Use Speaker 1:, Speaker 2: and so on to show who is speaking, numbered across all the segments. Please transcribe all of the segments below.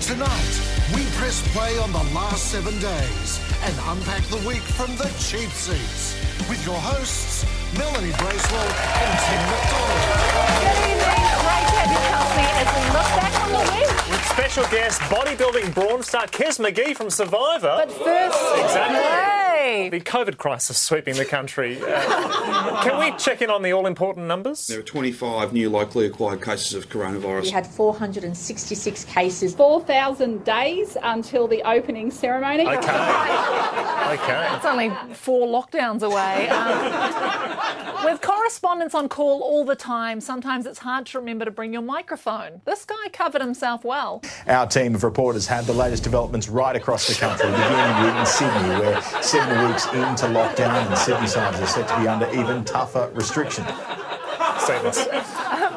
Speaker 1: Tonight, we press play on the last seven days and unpack the week from the cheap seats with your hosts, Melanie Bracewell and Tim McDonald.
Speaker 2: Good evening, great to have you, Chelsea, as we look back on the week.
Speaker 3: With special guest, bodybuilding brawn star Kes McGee from Survivor.
Speaker 2: But first,
Speaker 3: Exactly.
Speaker 2: Hey.
Speaker 3: the COVID crisis sweeping the country. Uh, can we check in on the all important numbers?
Speaker 4: There are 25 new locally acquired cases of coronavirus.
Speaker 5: We had 466 cases.
Speaker 6: 4,000 days until the opening ceremony.
Speaker 3: Okay. Okay.
Speaker 2: it's only four lockdowns away. Um, with correspondents on call all the time, sometimes it's hard to remember to bring your microphone. This guy covered himself well.
Speaker 7: Our team of reporters have the latest developments right across the country, beginning in Sydney, where seven weeks into lockdown and Sydney sides are set to be under even tougher restrictions.
Speaker 3: Save us.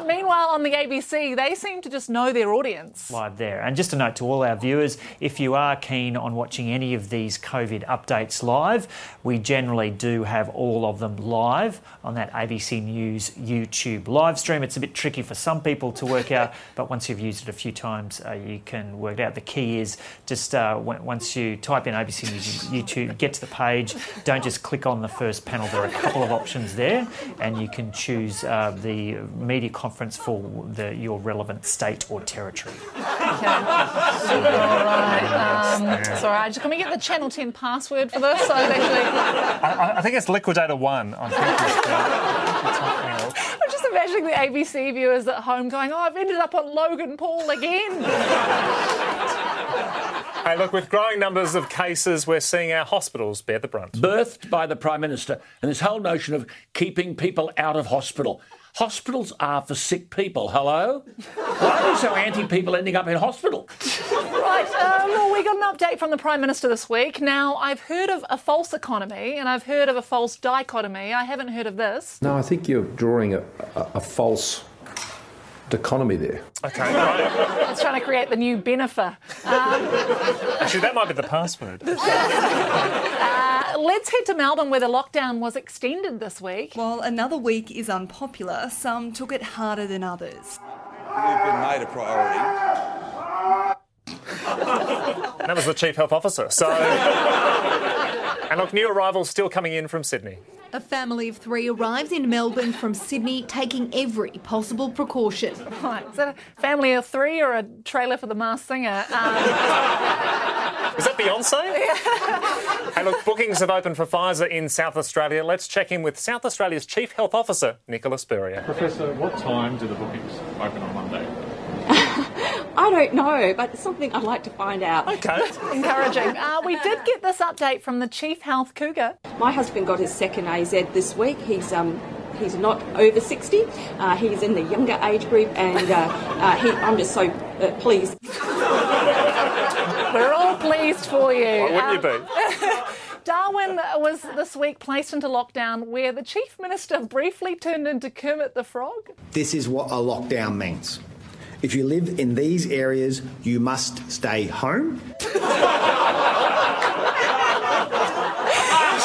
Speaker 2: Meanwhile, on the ABC, they seem to just know their audience.
Speaker 8: live there. And just a note to all our viewers if you are keen on watching any of these COVID updates live, we generally do have all of them live on that ABC News YouTube live stream. It's a bit tricky for some people to work out, but once you've used it a few times, uh, you can work it out. The key is just uh, w- once you type in ABC News YouTube, get to the page, don't just click on the first panel. There are a couple of options there, and you can choose uh, the media conference for the, your relevant state or territory.
Speaker 2: All right. Um, sorry, just, can we get the Channel 10 password for this? So it actually,
Speaker 3: I, I think it's Liquidator One. I think it's, uh, it's not anymore.
Speaker 2: I'm just imagining the ABC viewers at home going, oh, I've ended up on Logan Paul again.
Speaker 3: Hey, look, with growing numbers of cases, we're seeing our hospitals bear the brunt.
Speaker 9: birthed by the Prime Minister, and this whole notion of keeping people out of hospital. Hospitals are for sick people, hello? Why are we so anti people ending up in hospital?
Speaker 2: Right, um, well, we got an update from the Prime Minister this week. Now, I've heard of a false economy and I've heard of a false dichotomy. I haven't heard of this.
Speaker 10: No, I think you're drawing a, a, a false dichotomy there.
Speaker 3: Okay, right.
Speaker 2: It's trying to create the new Um, benefit.
Speaker 3: Actually, that might be the password.
Speaker 2: Uh, let's head to Melbourne where the lockdown was extended this week.
Speaker 11: While another week is unpopular, some took it harder than others.
Speaker 4: We've been made a priority.
Speaker 3: And that was the Chief Health Officer. So. And look, new arrivals still coming in from Sydney.
Speaker 6: A family of three arrives in Melbourne from Sydney, taking every possible precaution.
Speaker 2: Right, is that a family of three or a trailer for the masked singer? Um,
Speaker 3: Is that Beyonce? hey, look, bookings have opened for Pfizer in South Australia. Let's check in with South Australia's Chief Health Officer, Nicola Spurrier.
Speaker 9: Professor, what time do the bookings open on Monday?
Speaker 5: I don't know, but it's something I'd like to find out.
Speaker 3: Okay.
Speaker 2: encouraging. Uh, we did get this update from the Chief Health Cougar.
Speaker 5: My husband got his second AZ this week. He's um. He's not over 60. Uh, he's in the younger age group, and uh, uh, he, I'm just so uh, pleased.
Speaker 2: We're all pleased for you. Um,
Speaker 3: Why wouldn't you be?
Speaker 2: Darwin was this week placed into lockdown where the Chief Minister briefly turned into Kermit the Frog.
Speaker 7: This is what a lockdown means. If you live in these areas, you must stay home.
Speaker 1: Um,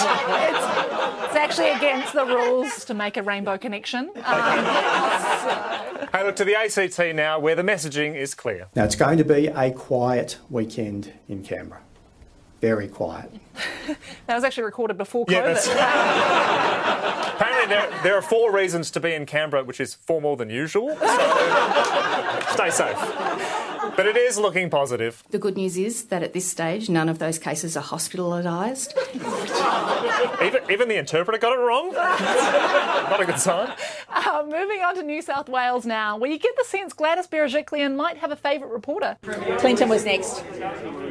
Speaker 2: It's actually against the rules to make a rainbow connection. Um,
Speaker 3: Hey, look, to the ACT now, where the messaging is clear.
Speaker 7: Now, it's going to be a quiet weekend in Canberra. Very quiet.
Speaker 2: that was actually recorded before COVID.
Speaker 3: Yeah, that's- Apparently, there, there are four reasons to be in Canberra, which is four more than usual. So stay safe. But it is looking positive.
Speaker 6: The good news is that at this stage, none of those cases are hospitalised.
Speaker 3: Even, even the interpreter got it wrong. Not a good sign.
Speaker 2: Uh, moving on to New South Wales now, where you get the sense Gladys Berejiklian might have a favourite reporter.
Speaker 11: Clinton was next.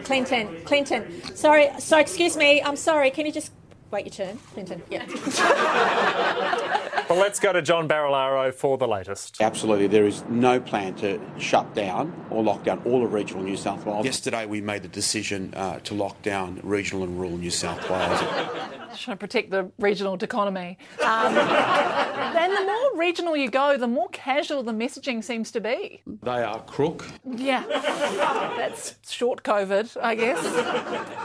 Speaker 11: Clinton, Clinton. Sorry, so excuse me, I'm sorry, can you just wait your turn? Clinton, yeah.
Speaker 3: But let's go to John Barilaro for the latest.
Speaker 9: Absolutely, there is no plan to shut down or lock down all of regional New South Wales.
Speaker 4: Yesterday, we made the decision uh, to lock down regional and rural New South Wales.
Speaker 2: trying to protect the regional economy. Um, then the more regional you go, the more casual the messaging seems to be.
Speaker 9: They are crook.
Speaker 2: Yeah, that's short COVID, I guess.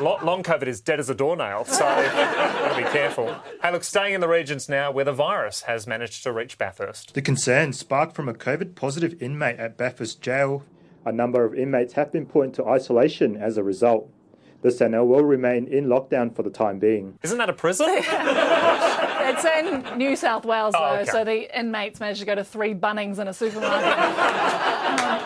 Speaker 3: Lo- Long COVID is dead as a doornail, so gotta be careful. Hey, look, staying in the regions now where the virus has managed to reach Bathurst.
Speaker 9: The concern sparked from a COVID positive inmate at Bathurst Jail.
Speaker 12: A number of inmates have been put into isolation as a result. The centre will remain in lockdown for the time being.
Speaker 3: Isn't that a prison?
Speaker 2: It's in New South Wales, though,
Speaker 12: okay.
Speaker 2: so the inmates managed to go to three Bunnings in a supermarket.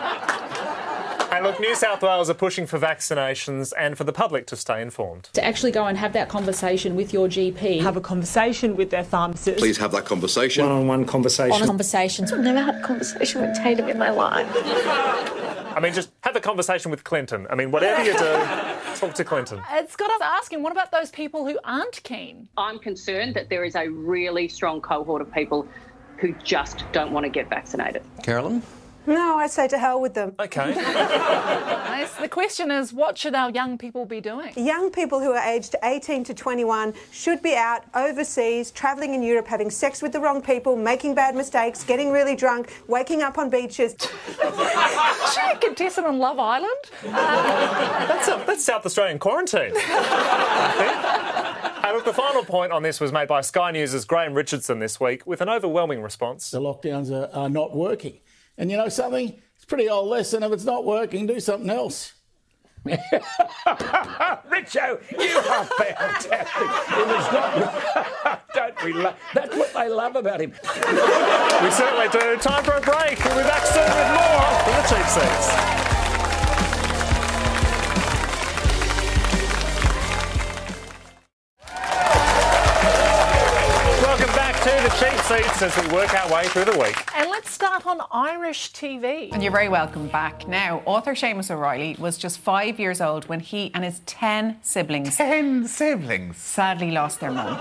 Speaker 3: And look, New South Wales are pushing for vaccinations and for the public to stay informed.
Speaker 13: To actually go and have that conversation with your GP. Have a conversation with their pharmacist.
Speaker 14: Please have that conversation. One
Speaker 15: on one conversation.
Speaker 13: Honest conversations. I've never had a conversation with Tatum in my life.
Speaker 3: I mean, just have a conversation with Clinton. I mean, whatever you do, talk to Clinton.
Speaker 2: it's got us asking, what about those people who aren't keen?
Speaker 16: I'm concerned that there is a really strong cohort of people who just don't want to get vaccinated.
Speaker 14: Carolyn?
Speaker 2: No, I say to hell with them.
Speaker 3: Okay.
Speaker 2: the question is, what should our young people be doing?
Speaker 17: Young people who are aged 18 to 21 should be out overseas, travelling in Europe, having sex with the wrong people, making bad mistakes, getting really drunk, waking up on beaches.
Speaker 2: She a contestant on Love Island?
Speaker 3: That's, a, that's South Australian quarantine. And look, the final point on this was made by Sky News' Graham Richardson this week with an overwhelming response.
Speaker 1: The lockdowns are, are not working. And you know something? It's a pretty old lesson. If it's not working, do something else.
Speaker 9: Richo, you are fantastic. It was not. Don't we love? That's what they love about him.
Speaker 3: We certainly do. Time for a break. We'll be back soon with more from the cheap seats. Welcome back to the cheap seats as we work our way through the week.
Speaker 2: And let's start on Irish TV.
Speaker 18: And you're very welcome back. Now, author Seamus O'Reilly was just five years old when he and his ten siblings. Ten siblings? Sadly lost their mum.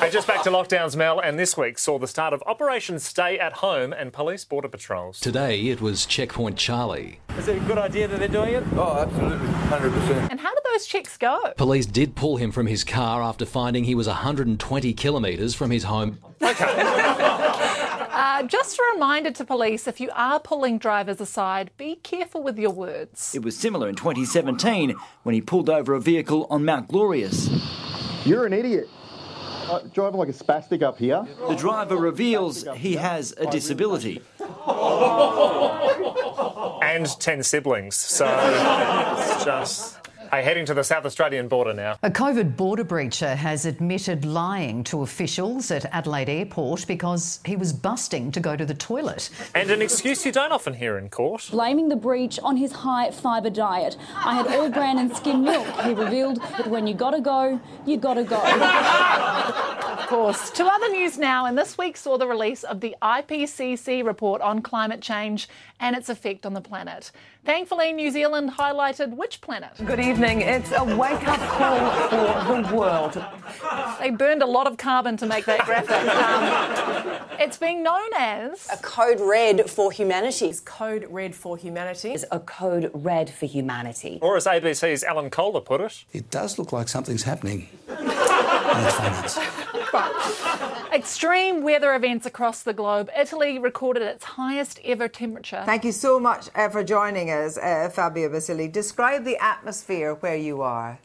Speaker 3: Hey, just back to lockdowns, Mel, and this week saw the start of Operation Stay at Home and police border patrols.
Speaker 19: Today it was Checkpoint Charlie.
Speaker 20: Is it a good idea that they're doing it? Oh, absolutely, 100%.
Speaker 2: And how did those chicks go?
Speaker 19: Police did pull him from his car after finding he was 120 kilometres from his home.
Speaker 2: Uh, just a reminder to police if you are pulling drivers aside, be careful with your words.
Speaker 21: It was similar in 2017 when he pulled over a vehicle on Mount Glorious. You're an idiot. driving like a spastic up here. The driver reveals he has a disability.
Speaker 3: And 10 siblings, so it's just. Hey, heading to the South Australian border now.
Speaker 6: A COVID border breacher has admitted lying to officials at Adelaide Airport because he was busting to go to the toilet.
Speaker 3: And an excuse you don't often hear in court.
Speaker 22: Blaming the breach on his high fibre diet. I had all bran and skim milk, he revealed, but when you gotta go, you gotta go.
Speaker 2: Of course. To other news now, and this week saw the release of the IPCC report on climate change and its effect on the planet. Thankfully, New Zealand highlighted which planet?
Speaker 23: Good evening. It's a wake up call for the world.
Speaker 2: They burned a lot of carbon to make that graphic. Um, it's being known as.
Speaker 24: A code red for humanity.
Speaker 25: Code red for humanity.
Speaker 24: Is a code red for humanity.
Speaker 3: Or as ABC's Alan Kohler put it.
Speaker 26: It does look like something's happening.
Speaker 2: Extreme weather events across the globe. Italy recorded its highest ever temperature.
Speaker 27: Thank you so much uh, for joining us, uh, Fabio Basili. Describe the atmosphere where you are.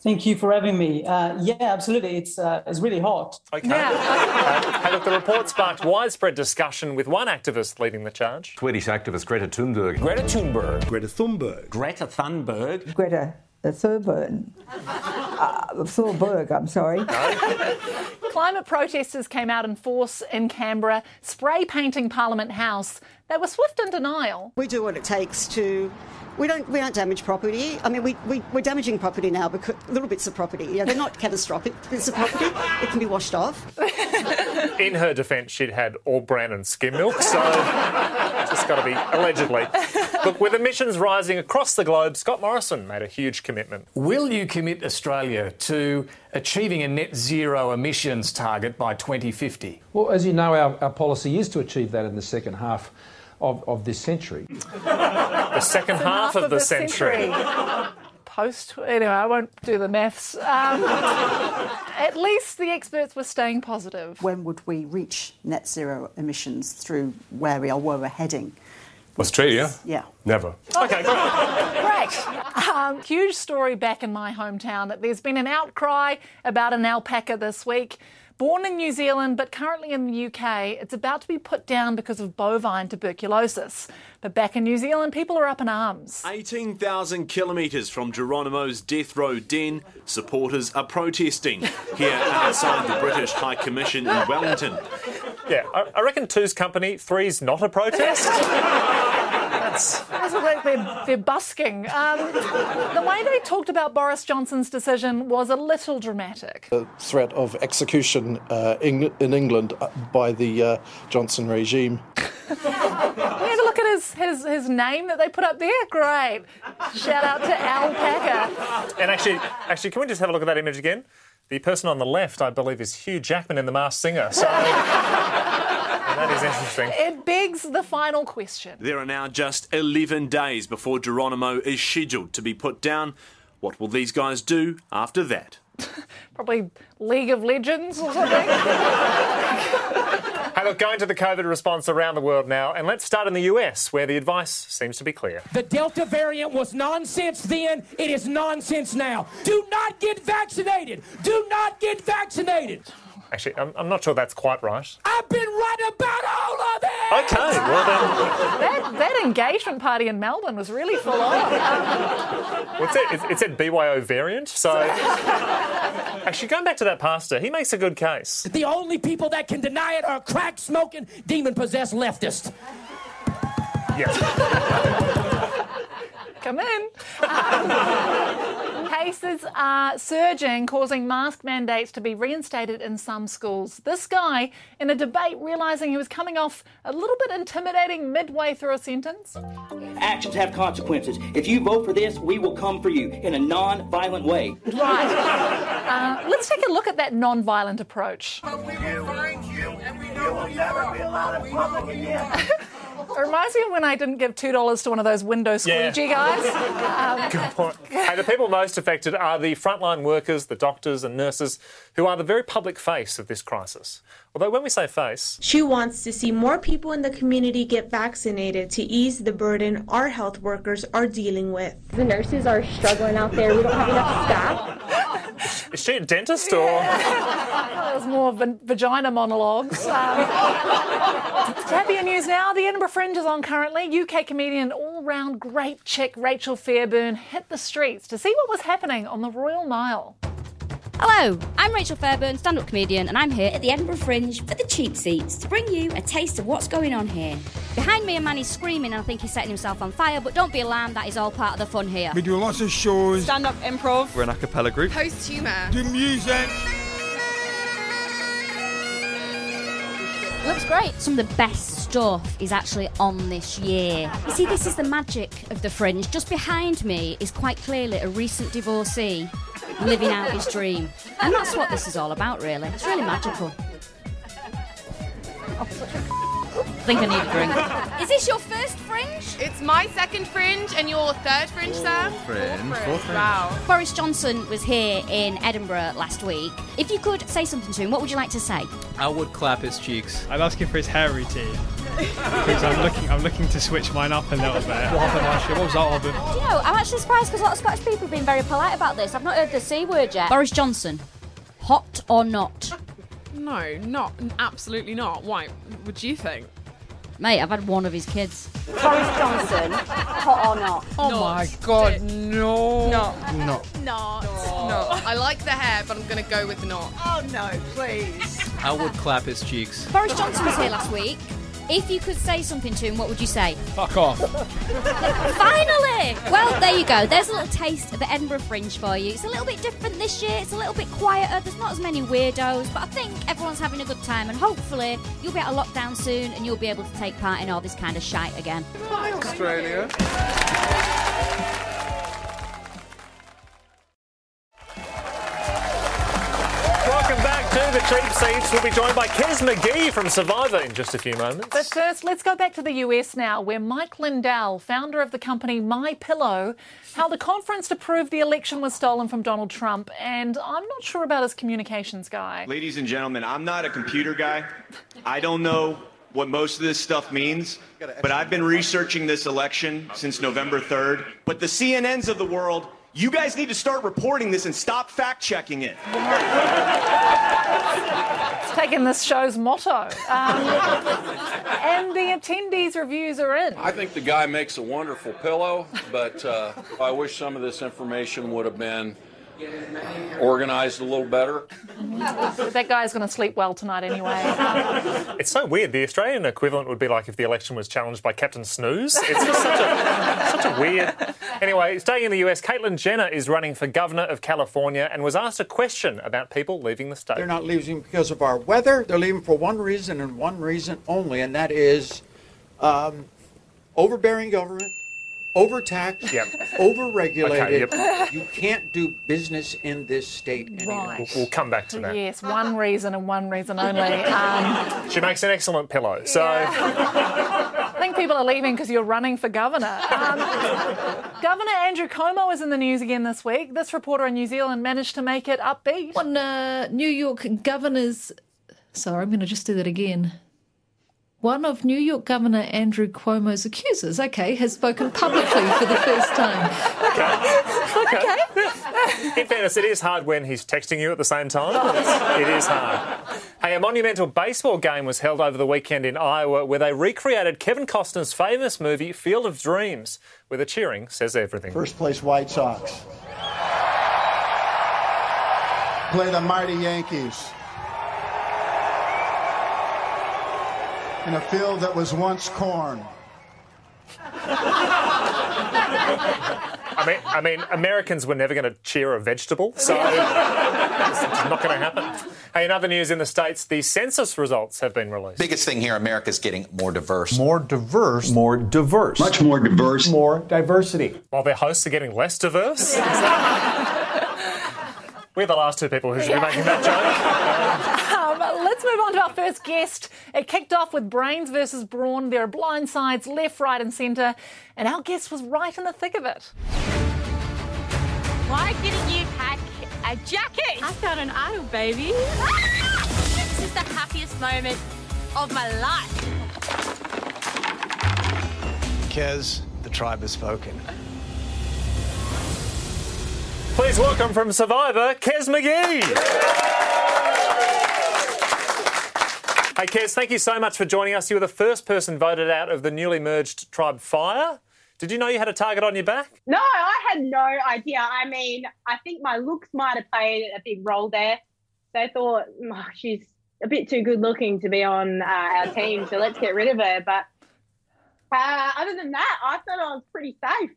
Speaker 28: Thank you for having me. Uh, yeah, absolutely. It's uh, it's really hot.
Speaker 3: Okay. Uh, hey, look, the report sparked widespread discussion with one activist leading the charge.
Speaker 29: Swedish activist Greta Thunberg. Greta Thunberg. Greta Thunberg. Greta Thunberg.
Speaker 30: Greta Thurburn. Uh, Thorberg, I'm sorry.
Speaker 2: Climate protesters came out in force in Canberra, spray painting Parliament House. They were swift in denial.
Speaker 31: We do what it takes to. We don't. We don't damage property. I mean, we, we we're damaging property now because little bits of property. You know, they're not catastrophic. Bits of property, it can be washed off.
Speaker 3: In her defence, she'd had all bran and skim milk, so just got to be allegedly. Look, with emissions rising across the globe, Scott Morrison made a huge commitment.
Speaker 32: Will you commit Australia to achieving a net zero emissions target by 2050?
Speaker 10: Well, as you know, our, our policy is to achieve that in the second half of, of this century.
Speaker 3: The second
Speaker 2: It's
Speaker 3: half, of the, century.
Speaker 2: Post. Anyway, I won't do the maths. Um, at least the experts were staying positive.
Speaker 31: When would we reach net zero emissions through where we are, where we're heading?
Speaker 4: Australia?
Speaker 31: Yeah.
Speaker 4: Never.
Speaker 3: Okay,
Speaker 2: Great. Um, huge story back in my hometown. There's been an outcry about an alpaca this week. Born in New Zealand but currently in the UK, it's about to be put down because of bovine tuberculosis. But back in New Zealand, people are up in arms.
Speaker 4: 18,000 kilometres from Geronimo's death row den, supporters are protesting here outside the British High Commission in Wellington.
Speaker 3: Yeah, I, I reckon two's company, three's not a protest.
Speaker 2: That's what they- they're, they're busking. Um, the way they talked about Boris Johnson's decision was a little dramatic.
Speaker 33: The threat of execution uh, Eng- in England uh, by the uh, Johnson regime.
Speaker 2: You have a look at his, his, his name that they put up there? Great. Shout out to Al Packer.
Speaker 3: And actually, actually, can we just have a look at that image again? The person on the left, I believe, is Hugh Jackman in The Masked Singer. So that is interesting.
Speaker 2: It begs the final question.
Speaker 4: There are now just 11 days before Geronimo is scheduled to be put down. What will these guys do after that?
Speaker 2: Probably League of Legends or something.
Speaker 3: Hey, look, going to the COVID response around the world now, and let's start in the US, where the advice seems to be clear.
Speaker 9: The Delta variant was nonsense then, it is nonsense now. Do not get vaccinated. Do not get vaccinated.
Speaker 3: Actually, I'm, I'm not sure that's quite right.
Speaker 9: I've been right about all of it.
Speaker 3: Okay, well
Speaker 2: That, that engagement party in Melbourne was really full on.
Speaker 3: then, what's it? It, it said BYO variant, so. actually, going back to that pastor, he makes a good case.
Speaker 9: The only people that can deny it are crack smoking, demon possessed leftists.
Speaker 3: Yeah.
Speaker 2: Come in. Um, cases are surging, causing mask mandates to be reinstated in some schools. This guy, in a debate, realising he was coming off a little bit intimidating midway through a sentence.
Speaker 21: Actions have consequences. If you vote for this, we will come for you in a non violent way.
Speaker 2: Right. Uh, let's take a look at that non violent approach. It reminds me of when I didn't give $2 to one of those window
Speaker 3: Yeah.
Speaker 2: squeegee guys. Um,
Speaker 3: Good point. Hey, the people most affected are the frontline workers, the doctors and nurses, who are the very public face of this crisis. Although, when we say face,
Speaker 21: She wants to see more people in the community get vaccinated to ease the burden our health workers are dealing with. The nurses are struggling out there. We don't have enough staff.
Speaker 3: is she a dentist or?
Speaker 2: That was more van- vagina monologues. Um, to happier news now, the Edinburgh Fringe is on currently. UK comedian, all-round great chick Rachel Fairburn hit the streets to see what was happening on the Royal Mile.
Speaker 34: Hello, I'm Rachel Fairburn, stand up comedian, and I'm here at the Edinburgh Fringe for the cheap seats to bring you a taste of what's going on here. Behind me, a man is screaming, and I think he's setting himself on fire, but don't be alarmed, that is all part of the fun here.
Speaker 8: We do lots of shows.
Speaker 34: Stand up improv.
Speaker 8: We're an a cappella group.
Speaker 34: Post humour.
Speaker 8: Do music.
Speaker 34: Looks great. Some of the best stuff is actually on this year. You see, this is the magic of the fringe. Just behind me is quite clearly a recent divorcee living out his dream. And that's what this is all about, really. It's really magical. I think I need a drink.
Speaker 1: Is this your first fringe? It's my second fringe and your third fringe, Sam.
Speaker 8: Fringe.
Speaker 1: Wow.
Speaker 34: Boris Johnson was here in Edinburgh last week. If you could say something to him, what would you like to say?
Speaker 26: I would clap his cheeks. I'm asking for his hair routine. Because I'm looking, I'm looking to switch mine up a little bit. What happened last year? What was that all about?
Speaker 34: Do you know, I'm actually surprised because a lot of Scottish people have been very polite about this. I've not heard the C word yet. Boris Johnson, hot or not?
Speaker 1: No, not absolutely not. Why? Would you think?
Speaker 34: Mate, I've had one of his kids.
Speaker 1: Boris Johnson, hot or not?
Speaker 26: Oh my god, no.
Speaker 1: No.
Speaker 26: No.
Speaker 1: Not. No. I like the hair, but I'm gonna go with not. Oh no, please.
Speaker 26: I would clap his cheeks.
Speaker 34: Boris Johnson was here last week. If you could say something to him, what would you say?
Speaker 26: Fuck off.
Speaker 34: Finally! Well, there you go. There's a little taste of the Edinburgh Fringe for you. It's a little bit different this year. It's a little bit quieter. There's not as many weirdos, but I think everyone's having a good time, and hopefully you'll be out of lockdown soon and you'll be able to take part in all this kind of shite again.
Speaker 8: Australia.
Speaker 3: Welcome back to the cheap seats. We'll be joined by Kes McGee from Survivor in just a few moments.
Speaker 2: But first, let's go back to the US now, where Mike Lindell, founder of the company My Pillow, held a conference to prove the election was stolen from Donald Trump. And I'm not sure about his communications guy.
Speaker 35: Ladies and gentlemen, I'm not a computer guy. I don't know what most of this stuff means, but I've been researching this election since November 3rd. But the CNNs of the world You guys need to start reporting this and stop fact checking it.
Speaker 2: It's taken this show's motto. Um, and the attendees' reviews are in.
Speaker 7: I think the guy makes a wonderful pillow, but uh, I wish some of this information would have been organized a little better.
Speaker 2: that guy's going to sleep well tonight anyway.
Speaker 3: It's so weird. The Australian equivalent would be like if the election was challenged by Captain Snooze. It's just such a, such a weird. Anyway, staying in the US, Caitlyn Jenner is running for governor of California and was asked a question about people leaving the state.
Speaker 36: They're not leaving because of our weather. They're leaving for one reason and one reason only, and that is um, overbearing government, overtaxed, overregulated.
Speaker 3: Okay, yep.
Speaker 36: You can't do business in this state anymore.
Speaker 3: We'll, we'll come back to that.
Speaker 2: yes, one reason and one reason only. Um,
Speaker 3: She makes an excellent pillow. So
Speaker 2: I think people are leaving because you're running for governor. Um, governor Andrew Como is in the news again this week. This reporter in New Zealand managed to make it upbeat.
Speaker 37: On uh, New York governor's. Sorry, I'm going to just do that again. One of New York Governor Andrew Cuomo's accusers, okay, has spoken publicly for the first time.
Speaker 2: okay.
Speaker 3: in fairness, it is hard when he's texting you at the same time. It is hard. Hey, a monumental baseball game was held over the weekend in Iowa where they recreated Kevin Costner's famous movie Field of Dreams, where the cheering says everything.
Speaker 36: First place White Sox.
Speaker 38: play the mighty Yankees. In a field that was once corn.
Speaker 3: I mean, I mean, Americans were never going to cheer a vegetable, so it's not going to happen. Hey, in other news in the States, the census results have been released.
Speaker 17: Biggest thing here, America's getting more diverse.
Speaker 3: More diverse.
Speaker 17: More diverse. Much more diverse.
Speaker 3: More diversity. While their hosts are getting less diverse. We're the last two people who should be making that joke.
Speaker 2: Um, let's move on to our first guest. It kicked off with brains versus brawn. There are blind sides, left, right, and centre, and our guest was right in the thick of it.
Speaker 39: Why get a new pack a jacket? I found an idol, baby. this is the happiest moment of my life.
Speaker 40: Kez, the tribe has spoken.
Speaker 3: Please welcome from Survivor, Kez McGee. Hey, Kez, thank you so much for joining us. You were the first person voted out of the newly merged tribe Fire. Did you know you had a target on your back?
Speaker 5: No, I had no idea. I mean, I think my looks might have played a big role there. They thought "Mm, she's a bit too good looking to be on uh, our team, so let's get rid of her. But uh, other than that, I thought I was pretty safe.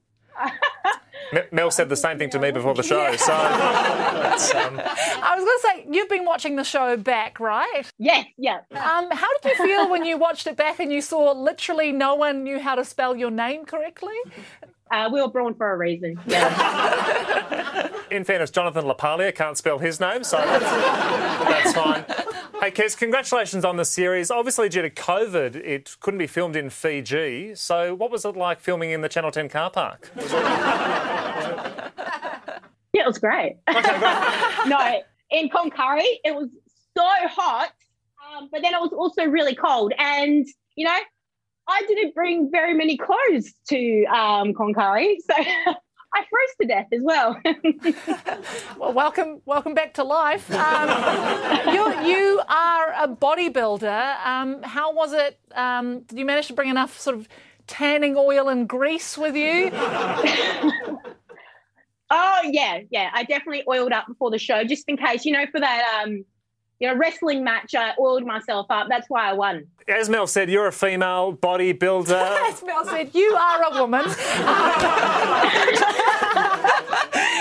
Speaker 3: M- Mel said the same thing to me before the show, so. that's, um,
Speaker 2: I was going to say, you've been watching the show back, right?
Speaker 5: Yes, yes.
Speaker 2: Um, how did you feel when you watched it back and you saw literally no one knew how to spell your name correctly?
Speaker 5: Uh, we were born for a reason.
Speaker 3: in fairness, Jonathan Lapalia can't spell his name, so that's, that's fine. Hey, Kez, congratulations on the series. Obviously, due to COVID, it couldn't be filmed in Fiji. So, what was it like filming in the Channel 10 car park?
Speaker 5: Yeah, it was great. no, in Konkari, it was so hot, um, but then it was also really cold. And, you know, I didn't bring very many clothes to um, Konkari, so I froze to death as well.
Speaker 2: Well, welcome, welcome back to life. Um, you're, you are a bodybuilder. Um, how was it? Um, did you manage to bring enough sort of tanning oil and grease with you?
Speaker 5: Oh yeah, yeah. I definitely oiled up before the show, just in case, you know, for that um, you know, wrestling match. I oiled myself up. That's why I won.
Speaker 3: As Mel said, you're a female bodybuilder.
Speaker 2: As Mel said, you are a woman.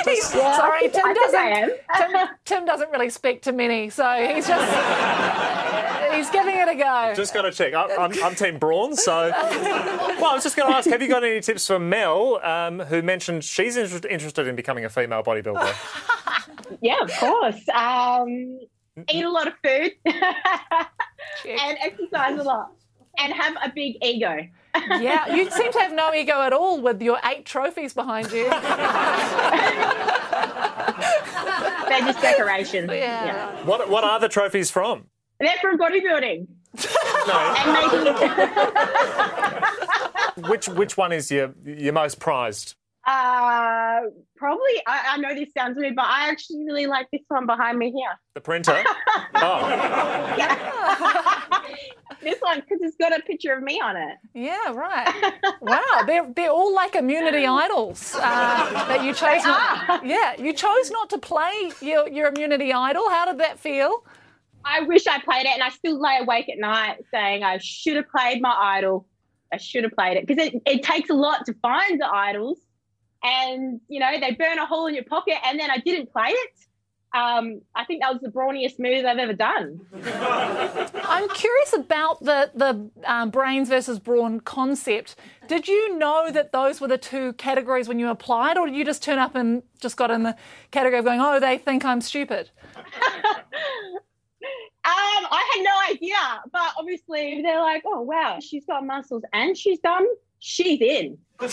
Speaker 2: He's- Sorry, Tim
Speaker 5: I think I am.
Speaker 2: doesn't. Tim, Tim doesn't really speak to many, so he's just he's giving it a go.
Speaker 3: Just got to check. I, I'm, I'm Team Brawn, so. Well, I was just going to ask have you got any tips for Mel, um, who mentioned she's inter- interested in becoming a female bodybuilder?
Speaker 5: Yeah, of course. Um, eat a lot of food and exercise a lot and have a big ego.
Speaker 2: yeah, you seem to have no ego at all with your eight trophies behind you.
Speaker 5: They're just decoration. yeah.
Speaker 3: What, what are the trophies from?
Speaker 5: They're from bodybuilding.
Speaker 3: Which, which one is your, your most prized?
Speaker 5: Uh, probably, I, I know this sounds weird, but I actually really like this one behind me here.
Speaker 3: The printer. oh.
Speaker 5: This one, because it's got a picture of me on it.
Speaker 2: Yeah, right. wow, they're, they're all like immunity idols uh, that you chose.
Speaker 5: Um, They
Speaker 2: Not, yeah, you chose not to play your, your immunity idol. How did that feel?
Speaker 5: I wish I played it, and I still lay awake at night saying I should have played my idol. I should have played it because it, it takes a lot to find the idols, and you know they burn a hole in your pocket. And then I didn't play it. Um, I think that was the brawniest move I've ever done.
Speaker 2: I'm curious about the the um, brains versus brawn concept. Did you know that those were the two categories when you applied, or did you just turn up and just got in the category of going, "Oh, they think I'm stupid"?
Speaker 5: Um, I had no idea, but obviously they're like, "Oh wow, she's got muscles and she's dumb. She's in."
Speaker 3: On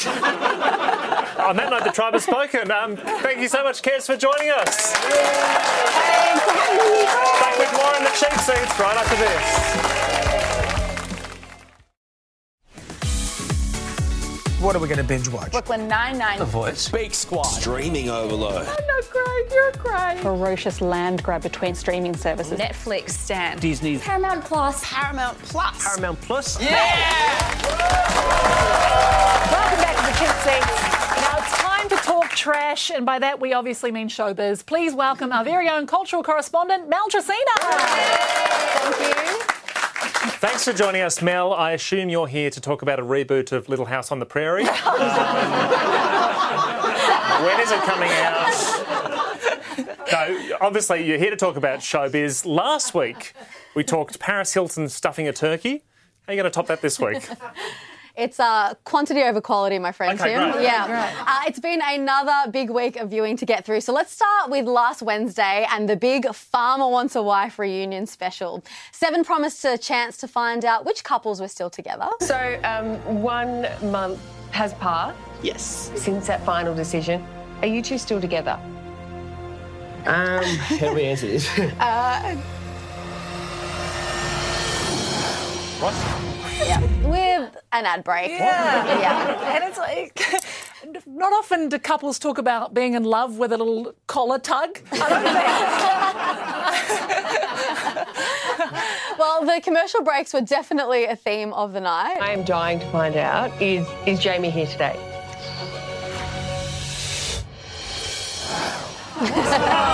Speaker 3: that note, the tribe has spoken. Um, thank you so much, Kes, for joining us. Back with more in the cheap seats right after this.
Speaker 10: What are we going to binge watch?
Speaker 41: Brooklyn Nine-Nine.
Speaker 10: Voice. Speak Squad. Streaming overload.
Speaker 41: no, Craig, you're Craig. Ferocious land grab between streaming services. Netflix, Stan.
Speaker 10: Disney's-
Speaker 41: Paramount Plus. Paramount Plus.
Speaker 10: Paramount Plus.
Speaker 2: Welcome back to the Cheap Seats. Now it's time to talk trash, and by that we obviously mean showbiz. Please welcome our very own cultural correspondent, Mel Tresina.
Speaker 3: Thanks for joining us, Mel. I assume you're here to talk about a reboot of Little House on the Prairie. when is it coming out? No, obviously, you're here to talk about showbiz. Last week, we talked Paris Hilton stuffing a turkey. How are you going to top that this week?
Speaker 42: It's uh, quantity over quality, my friend.
Speaker 3: Okay,
Speaker 42: Tim.
Speaker 3: great.
Speaker 42: Yeah,
Speaker 3: Great.
Speaker 42: Uh, it's been another big week of viewing to get through. So let's start with last Wednesday and the big Farmer Wants a Wife reunion special. Seven promised a chance to find out which couples were still together.
Speaker 43: So, um, one month has passed. Yes. Since that final decision. Are you two still together?
Speaker 10: Um, how do we answer this?
Speaker 42: Uh,
Speaker 10: what?
Speaker 42: yeah, with an ad break.
Speaker 2: Yeah.
Speaker 42: yeah.
Speaker 2: And it's like, not often do couples talk about being in love with a little collar tug. I don't
Speaker 42: Well, the commercial breaks were definitely a theme of the night.
Speaker 43: I am dying to find out is, is Jamie here today?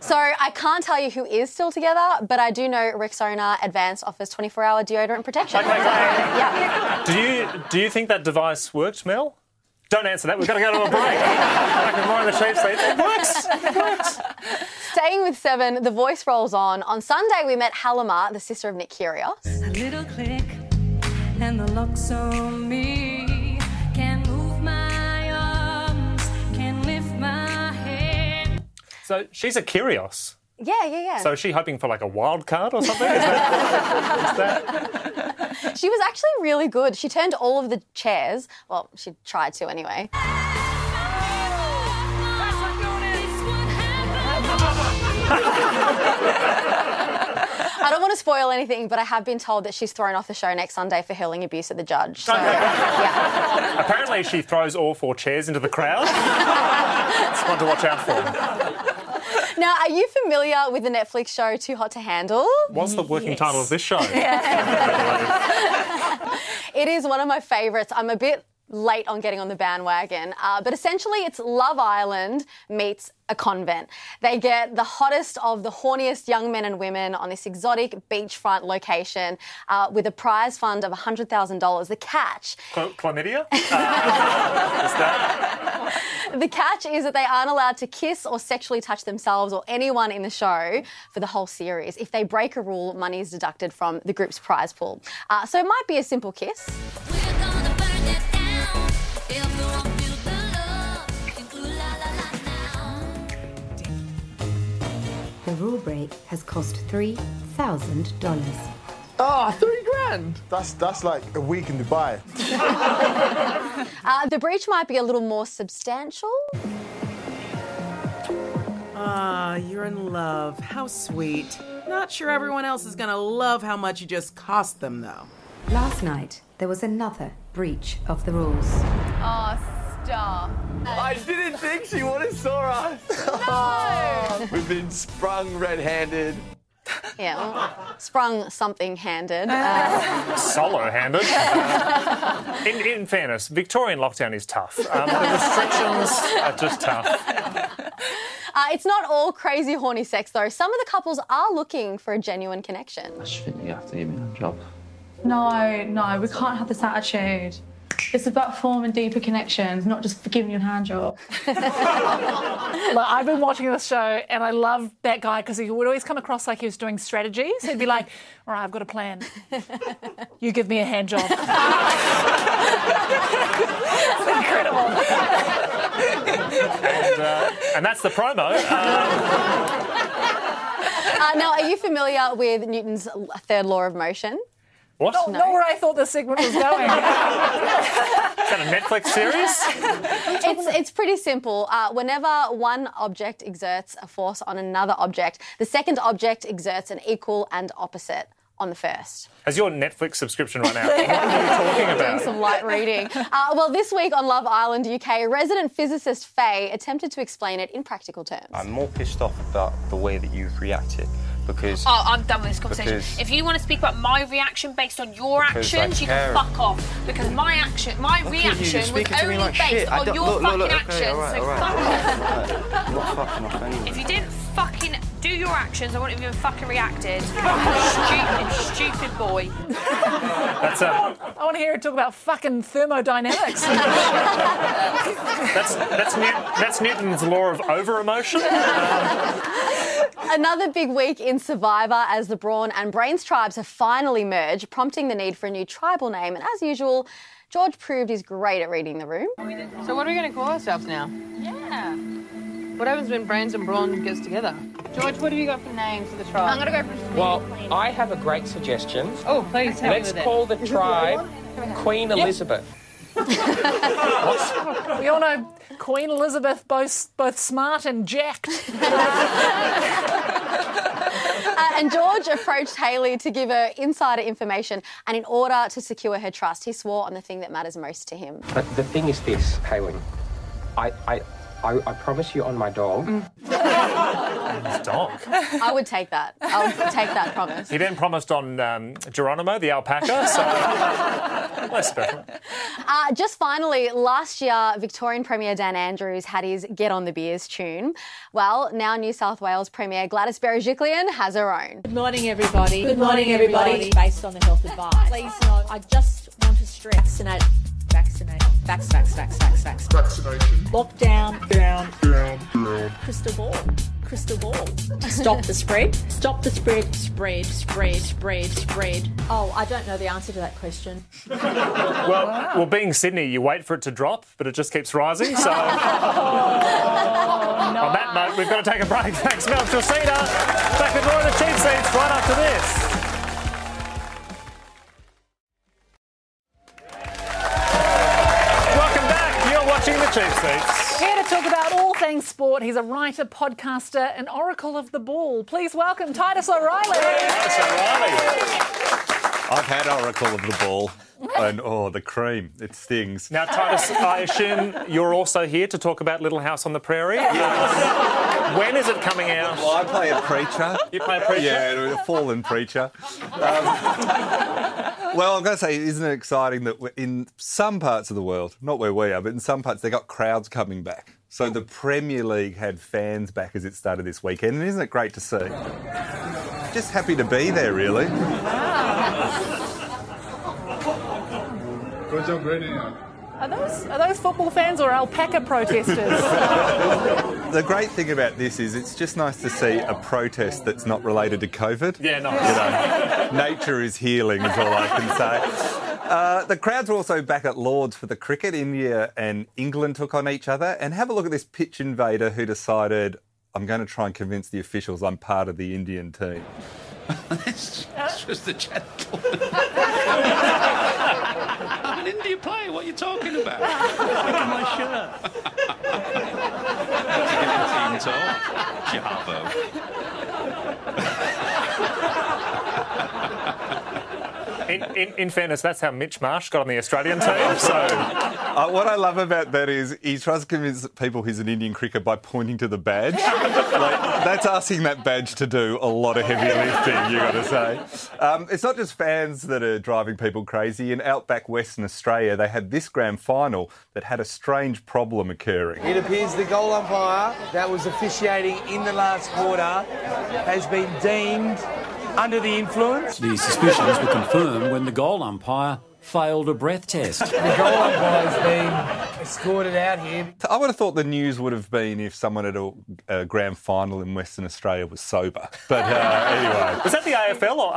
Speaker 42: So I can't tell you who is still together, but I do know Rexona Advanced offers 24-hour deodorant protection. yeah.
Speaker 3: Do you do you think that device worked, Mel? Don't answer that. We've got to go to a break. Back with more in the cheap seats. It works. It works.
Speaker 42: Staying with Seven, the voice rolls on. On Sunday, we met Halima, the sister of Nick Kyrgios.
Speaker 44: A little click, and the locks on me. Can move my arms, can lift my head.
Speaker 3: So she's a Kyrios.
Speaker 42: Yeah, yeah, yeah.
Speaker 3: So is she hoping for like a wild card or something?
Speaker 42: she was actually really good. She turned all of the chairs. Well, she tried to anyway. I don't want to spoil anything, but I have been told that she's thrown off the show next Sunday for hurling abuse at the judge. So,
Speaker 3: Apparently, she throws all four chairs into the crowd. It's one to watch out for.
Speaker 42: now, are you familiar with the Netflix show Too Hot to Handle?
Speaker 3: What's the working title of this show?
Speaker 42: It is one of my favourites. I'm a bit late on getting on the bandwagon, uh, but essentially it's Love Island meets a convent. They get the hottest of the horniest young men and women on this exotic beachfront location uh, with a prize fund of $100,000. The catch
Speaker 3: Chla- Chlamydia? Uh,
Speaker 42: the catch is that they aren't allowed to kiss or sexually touch themselves or anyone in the show for the whole series. If they break a rule, money is deducted from the group's prize pool. Uh, so it might be a simple kiss.
Speaker 45: The rule break has cost $3,000.
Speaker 46: Ah, 30 grand. That's that's like a week in Dubai.
Speaker 42: Uh, the breach might be a little more substantial.
Speaker 47: Ah, you're in love. How sweet. Not sure everyone else is gonna love how much you just cost them, though.
Speaker 45: Last night, there was another breach of the rules.
Speaker 42: Oh, job.
Speaker 4: I didn't think she would have saw us. We've been sprung red-handed.
Speaker 42: Yeah, well, sprung something handed. Uh,
Speaker 3: Solo handed. in, in fairness, Victorian lockdown is tough. Um, the restrictions are just tough.
Speaker 42: uh, it's not all crazy horny sex though. Some of the couples are looking for a genuine connection.
Speaker 4: You have to give me a job.
Speaker 33: No, no, we can't have this attitude. It's about forming deeper connections, not just giving you a hand job.
Speaker 2: Look, I've been watching this show and I love that guy because he would always come across like he was doing strategies. He'd be like, All right, I've got a plan. You give me a hand job.
Speaker 3: And, uh, and that's the promo. Uh,
Speaker 42: Uh, now, are you familiar with Newton's third law of motion?
Speaker 3: what?
Speaker 42: Oh,
Speaker 2: Not, not where I thought this segment was going.
Speaker 3: Is that a Netflix series?
Speaker 42: it's, it's pretty simple. Uh, whenever one object exerts a force on another object, the second object exerts an equal and opposite on the first.
Speaker 3: Has your Netflix subscription run out? What are you talking
Speaker 42: Doing
Speaker 3: about?
Speaker 42: some light reading. Uh, well, this week on Love Island UK, resident physicist Faye attempted to explain it in practical terms.
Speaker 9: I'm more pissed off about the way that you've reacted because
Speaker 39: Oh, I'm done with this conversation.
Speaker 9: Because-
Speaker 39: if you want to speak about my reaction based on your
Speaker 9: Because I
Speaker 39: actions, you can
Speaker 9: care.
Speaker 39: fuck off. Because my action, my
Speaker 9: Look at you, you're
Speaker 39: reaction was
Speaker 9: speaking to me
Speaker 39: only
Speaker 9: like
Speaker 39: based
Speaker 9: shit. I
Speaker 39: on
Speaker 9: don't-
Speaker 39: your
Speaker 9: look, look,
Speaker 39: fucking
Speaker 9: look, okay,
Speaker 39: actions.
Speaker 9: alright,
Speaker 39: so
Speaker 9: alright.
Speaker 39: fuck off.
Speaker 9: I'm not fucking off anyway.
Speaker 39: If you didn't fucking do your actions, I wouldn't have even fucking reacted. stupid, stupid boy.
Speaker 3: That's, um,
Speaker 2: I want to hear her talk about fucking thermodynamics.
Speaker 3: that's, that's, Newt- that's Newton's law of over emotion.
Speaker 42: Another big week in Survivor as the Brawn and Brains tribes have finally merged, prompting the need for a new tribal name. And as usual, George proved he's great at reading the room. Uh,
Speaker 21: So what are we going to call ourselves now? Yeah. What happens when Brains and Brawn gets together? George, what have you got for names for the tribe? I'm going to go
Speaker 34: Well, I have a great suggestion.
Speaker 21: Oh, please help me
Speaker 34: Let's
Speaker 21: with it.
Speaker 34: call the tribe Queen Elizabeth.
Speaker 2: we all know Queen Elizabeth, both, both smart and jacked.
Speaker 42: Uh, and George approached Haley to give her insider information. And in order to secure her trust, he swore on the thing that matters most to him.
Speaker 34: But the thing is this, Haley. I, I, I, I promise you on my dog.
Speaker 3: Dog.
Speaker 42: I would take that. I would take that promise.
Speaker 3: He then promised on um, Geronimo, the alpaca, so less special.
Speaker 42: Uh, just finally, last year, Victorian Premier Dan Andrews had his Get on the Beers tune. Well, now New South Wales Premier Gladys Berejiklian has her own.
Speaker 1: Good morning, everybody.
Speaker 42: Good morning, everybody.
Speaker 1: Based on the health advice. Please, no, I just want to stress. Vaccinate. Vaccinate. Vax, vax, vax, vax, vax. Vaccination. Lockdown. Down.
Speaker 34: Down, down.
Speaker 1: Crystal ball. Crystal ball. To stop the spread. Stop the spread. Spread, spread, spread, spread. Oh, I don't know the answer to that question.
Speaker 3: Well, well, being Sydney, you wait for it to drop, but it just keeps rising. So on that note, we've got to take a break. Thanks, Mel Tresina. Back with more of the cheap seats right after this. Welcome back. You're watching the cheap seats.
Speaker 2: Here to talk about all things sport, he's a writer, podcaster, and oracle of the ball. Please welcome Titus O'Reilly.
Speaker 26: I've had Oracle of the Ball, and oh, the cream, it stings.
Speaker 3: Now, Titus, I assume you're also here to talk about Little House on the Prairie. When is it coming out?
Speaker 26: Well, I play a preacher.
Speaker 3: You play a preacher?
Speaker 26: Yeah, a fallen preacher. Um, well, I've got to say, isn't it exciting that we're- in some parts of the world, not where we are, but in some parts, they got crowds coming back. So the Premier League had fans back as it started this weekend, and isn't it great to see? Just happy to be there, really.
Speaker 2: Are those are those football fans or alpaca protesters?
Speaker 26: The great thing about this is it's just nice to see a protest that's not related to COVID.
Speaker 3: Yeah,
Speaker 26: nice. nature is healing, is all I can say. Uh, the crowds were also back at Lords for the cricket. India and England took on each other. And have a look at this pitch invader who decided, I'm going to try and convince the officials I'm part of the Indian team.
Speaker 19: It's just the gentleman. I'm an India player. What are you talking about? Look at my shirt. That's a good team talk. Jarvo.
Speaker 3: In, in, in fairness, that's how Mitch Marsh got on the Australian team. So
Speaker 26: Uh, what I love about that is he tries to convince people he's an Indian cricket by pointing to the badge. like, that's asking that badge to do a lot of heavy lifting, you got to say. Um, it's not just fans that are driving people crazy. In outback Western Australia, they had this grand final that had a strange problem occurring.
Speaker 8: It appears the goal umpire that was officiating in the last quarter has been deemed under the influence. The suspicions were confirmed when the goal umpire failed a breath test. The It goal umpire's been escorted out here.
Speaker 26: I would have thought the news would have been if someone at a, a grand final in Western Australia was sober. But uh, anyway.
Speaker 3: Was that the AFL or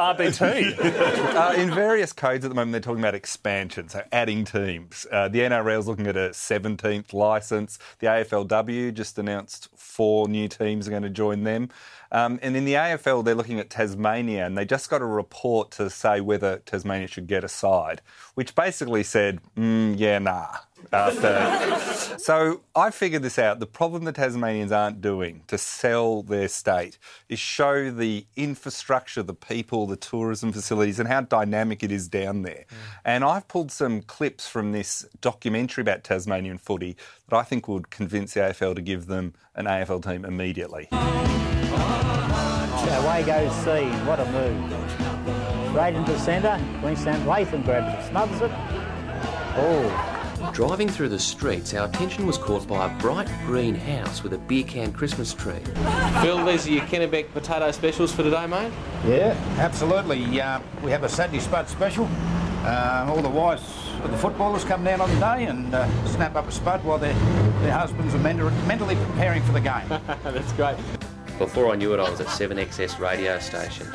Speaker 3: RBT?
Speaker 26: uh, in various codes at the moment, they're talking about expansion, so adding teams. Uh, the NRL's looking at a 17th license. The AFLW just announced four new teams are going to join them. Um, and in the AFL, they're looking at Tasmania, and they just got a report to say whether Tasmania should get a side, which basically said, mm, yeah, nah. After. so I figured this out. The problem the Tasmanians aren't doing to sell their state is show the infrastructure, the people, the tourism facilities, and how dynamic it is down there. And I've pulled some clips from this documentary about Tasmanian footy that I think would convince the AFL to give them an AFL team immediately.
Speaker 7: Away goes Seed. What a move. Right into centre. Queensland Latham grabs it, smothers it.
Speaker 35: Oh. Driving through the streets, our attention was caught by a bright green house with a beer can Christmas tree.
Speaker 36: Phil, these are your Kennebec potato specials for today, mate.
Speaker 37: Yeah, absolutely. Uh, we have a Saturday Spud special. Uh, all the wives of the footballers come down on the day and uh, snap up a spud while their, their husbands are men- mentally preparing for the game. That's great.
Speaker 35: Before I knew it, I was at 7XS radio station.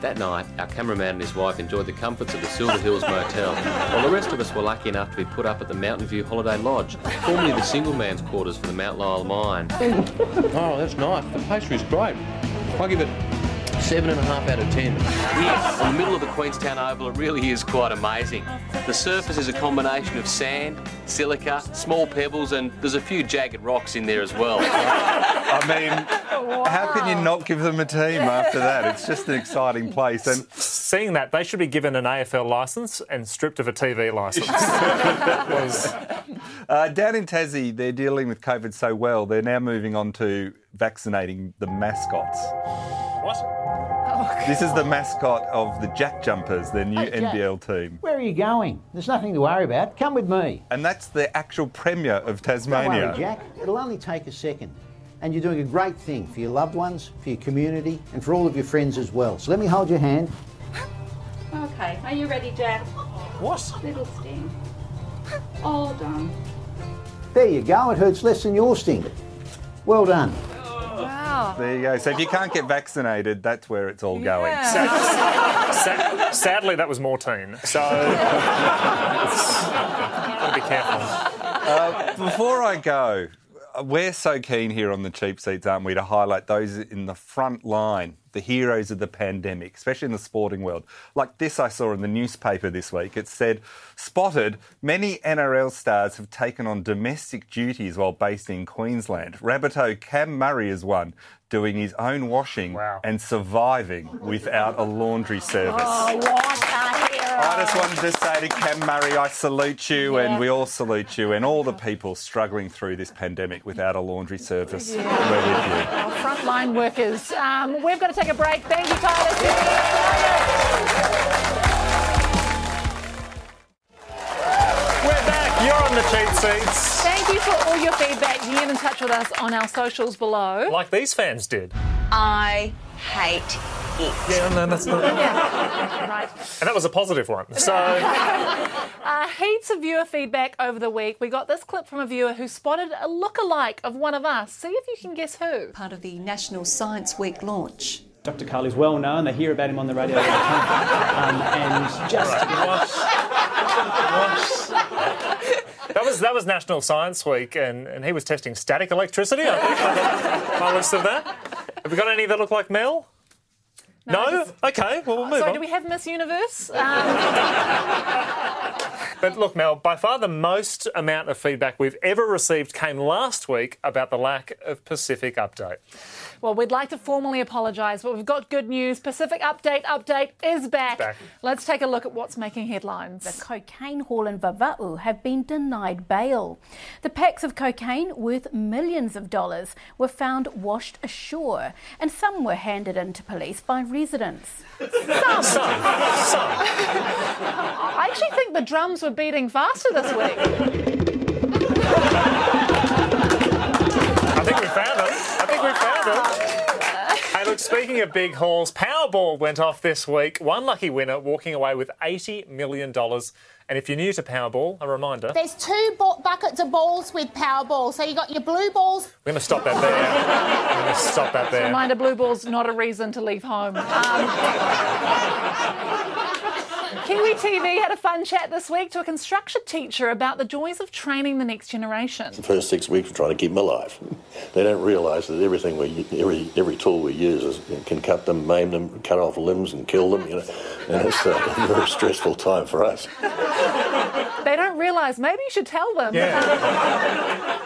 Speaker 35: That night, our cameraman and his wife enjoyed the comforts of the Silver Hills Motel, while the rest of us were lucky enough to be put up at the Mountain View Holiday Lodge, formerly the single man's quarters for the Mount Lyell mine.
Speaker 36: oh, that's nice. The pastry's great. I give it seven and a half out of ten.
Speaker 35: Yes, in the middle of the Queenstown Oval, it really is quite amazing. The surface is a combination of sand, silica, small pebbles, and there's a few jagged rocks in there as well.
Speaker 26: I mean, how can you not give them a team after that? It's just an exciting place. And
Speaker 3: seeing that, they should be given an AFL license and stripped of a TV license. Was-
Speaker 26: Uh, down in Tassie, they're dealing with COVID so well, they're now moving on to vaccinating the mascots.
Speaker 3: What?
Speaker 26: This is the mascot of the Jack Jumpers, their new
Speaker 7: Hey, Oh, Jack.
Speaker 26: NBL team.
Speaker 7: Where are you going? There's nothing to worry about. Come with me.
Speaker 26: And that's the actual premier
Speaker 7: Don't
Speaker 26: of Tasmania.
Speaker 7: worry, Jack. It'll only take a second. And you're doing a great thing for your loved ones, for your community, and for all of your friends as well. So let me hold your hand.
Speaker 38: Okay, are you ready, Jack? What? Little sting. All done.
Speaker 7: There you go. It hurts less than your sting. Well done.
Speaker 38: Wow.
Speaker 26: There you go. So if you can't get vaccinated, that's where it's all
Speaker 3: Sa- sadly, that was Mortine. So gotta be careful.
Speaker 26: going. Uh, before I go, we're so keen here on the cheap seats, aren't we, to highlight those in the front line, the heroes of the pandemic, especially in the sporting world. Like this, I saw in the newspaper this week. It said, "Spotted, many NRL stars have taken on domestic duties while based in Queensland. Rabbitoh Cam Murray is one." Doing his own washing and surviving without a laundry service.
Speaker 9: Oh,
Speaker 26: I just wanted to say to Cam Murray, I salute you, and we all salute you, and all the people struggling through this pandemic without a laundry service. We're with you.
Speaker 2: Our frontline workers. Um, we've got to take a break. Thank you, Tyler.
Speaker 3: You're on the cheat seats,
Speaker 2: Thank you for all your feedback. You can get in touch with us on our socials below.
Speaker 3: like these fans did.
Speaker 38: I hate it.
Speaker 3: Yeah, no, that's not.
Speaker 2: Yeah, right.
Speaker 3: And that was a positive one. So
Speaker 2: Uh, heaps of viewer feedback over the week. We got this clip from a viewer who spotted a look-alike of one of us. See if you can guess who. Part of the National Science Week launch.
Speaker 17: Dr. Carl is well known. They hear about him on the radio all the time. Um, and just
Speaker 3: that was that was National Science Week, and, and he was testing static electricity. I think by the- by the looks of that. Have we got any that look like Mel? No? Okay, well, we'll move
Speaker 2: so
Speaker 3: on.
Speaker 2: do we have Miss Universe? Um,
Speaker 3: But look, Mel, by far the most amount of feedback we've ever received came last week about the lack of Pacific update.
Speaker 2: well, we'd like to formally apologise, but we've got good news. Pacific Update Update is back.
Speaker 3: Back.
Speaker 2: Let's take a look at what's making headlines.
Speaker 5: The cocaine haul in Vava'u have been denied bail. The packs of cocaine worth millions of dollars were found washed ashore, and some were handed in to police by residents.
Speaker 2: I actually think the drums were beating faster this week.
Speaker 3: I think we found them. I think we found them. Hey, look, speaking of big hauls, Powerball went off this week. One lucky winner walking away with $80 million. And if you're new to Powerball, a reminder, we're
Speaker 48: There's two bo- buckets of balls with Powerball. So you got your blue balls.
Speaker 3: going to stop that there. We're going to stop that there.
Speaker 2: Reminder, blue ball's not a reason to leave home. Um, Kiwi TV had a fun chat this week to a construction teacher about the joys of training the next generation.
Speaker 33: The first six weeks, we're trying to keep them alive. They don't realise that everything we, every every tool we use is, can cut them, maim them, cut off limbs, and kill them. You know, and it's uh, a very stressful time for us.
Speaker 2: They don't realise, maybe you should tell them.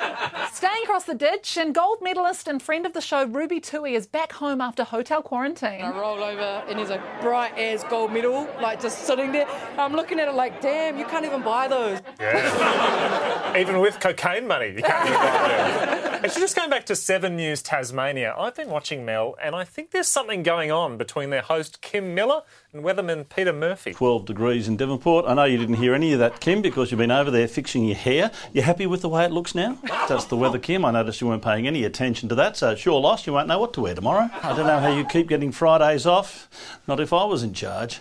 Speaker 2: Staying across the ditch, and gold medalist and friend of the show, Ruby Tui, is back home after hotel quarantine.
Speaker 1: I roll over and there's a bright as gold medal, like just sitting there. I'm looking at it like, damn, you can't even buy those.
Speaker 3: Yeah. Even with cocaine money, you can't even buy them. Actually, just going back to Seven News Tasmania, I've been watching Mel, and I think there's something going on between their host Kim Miller and weatherman Peter Murphy.
Speaker 43: 12 degrees in Devonport. I know you didn't hear any of that, Kim, because you've been over there fixing your hair. You happy with the way it looks now? That's the weather, Kim. I noticed you weren't paying any attention to that, so it's your loss. You won't know what to wear tomorrow. I don't know how you keep getting Fridays off. Not if I was in charge.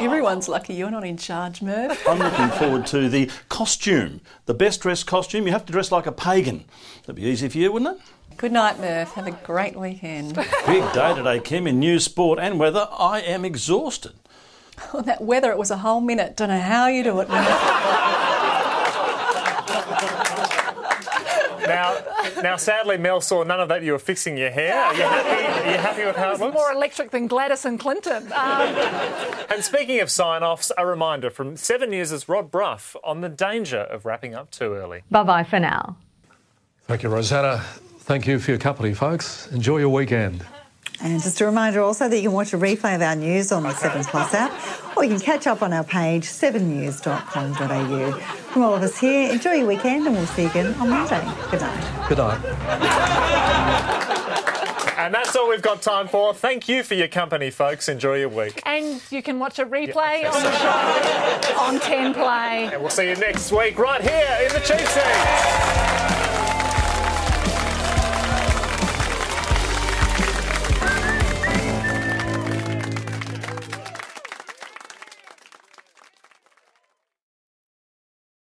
Speaker 49: Everyone's lucky you're not in charge, Merv.
Speaker 43: I'm looking forward to the costume, the best dressed costume. You have to dress like a pagan. That'd be easy for you, wouldn't it?
Speaker 49: Good night, Merv. Have a great weekend.
Speaker 43: Big day today, Kim, in news, sport, and weather. I am exhausted.
Speaker 49: Oh, that weather, it was a whole minute. Don't know how you do it, Merv.
Speaker 3: Now, now, sadly, Mel saw none of that. You were fixing your hair. Are you happy? Are you happy with how it
Speaker 2: It was
Speaker 3: looks?
Speaker 2: more electric than Gladys and Clinton. Um,
Speaker 3: And speaking of sign-offs, a reminder from Seven News' Rod Bruff on the danger of wrapping up too early.
Speaker 42: Bye bye for now.
Speaker 19: Thank you, Rosanna. Thank you for your company, folks. Enjoy your weekend.
Speaker 47: And just a reminder also that you can watch a replay of our news on the 7 Plus app, or you can catch up on our page 7news.com.au. From all of us here, enjoy your weekend and we'll see you again on Monday. Good night.
Speaker 19: Good night.
Speaker 3: And that's all we've got time for. Thank you for your company, folks. Enjoy your week.
Speaker 2: and you can watch a replay on the show on 10 Play.
Speaker 3: And we'll see you next week right here in the Chiefs Seat.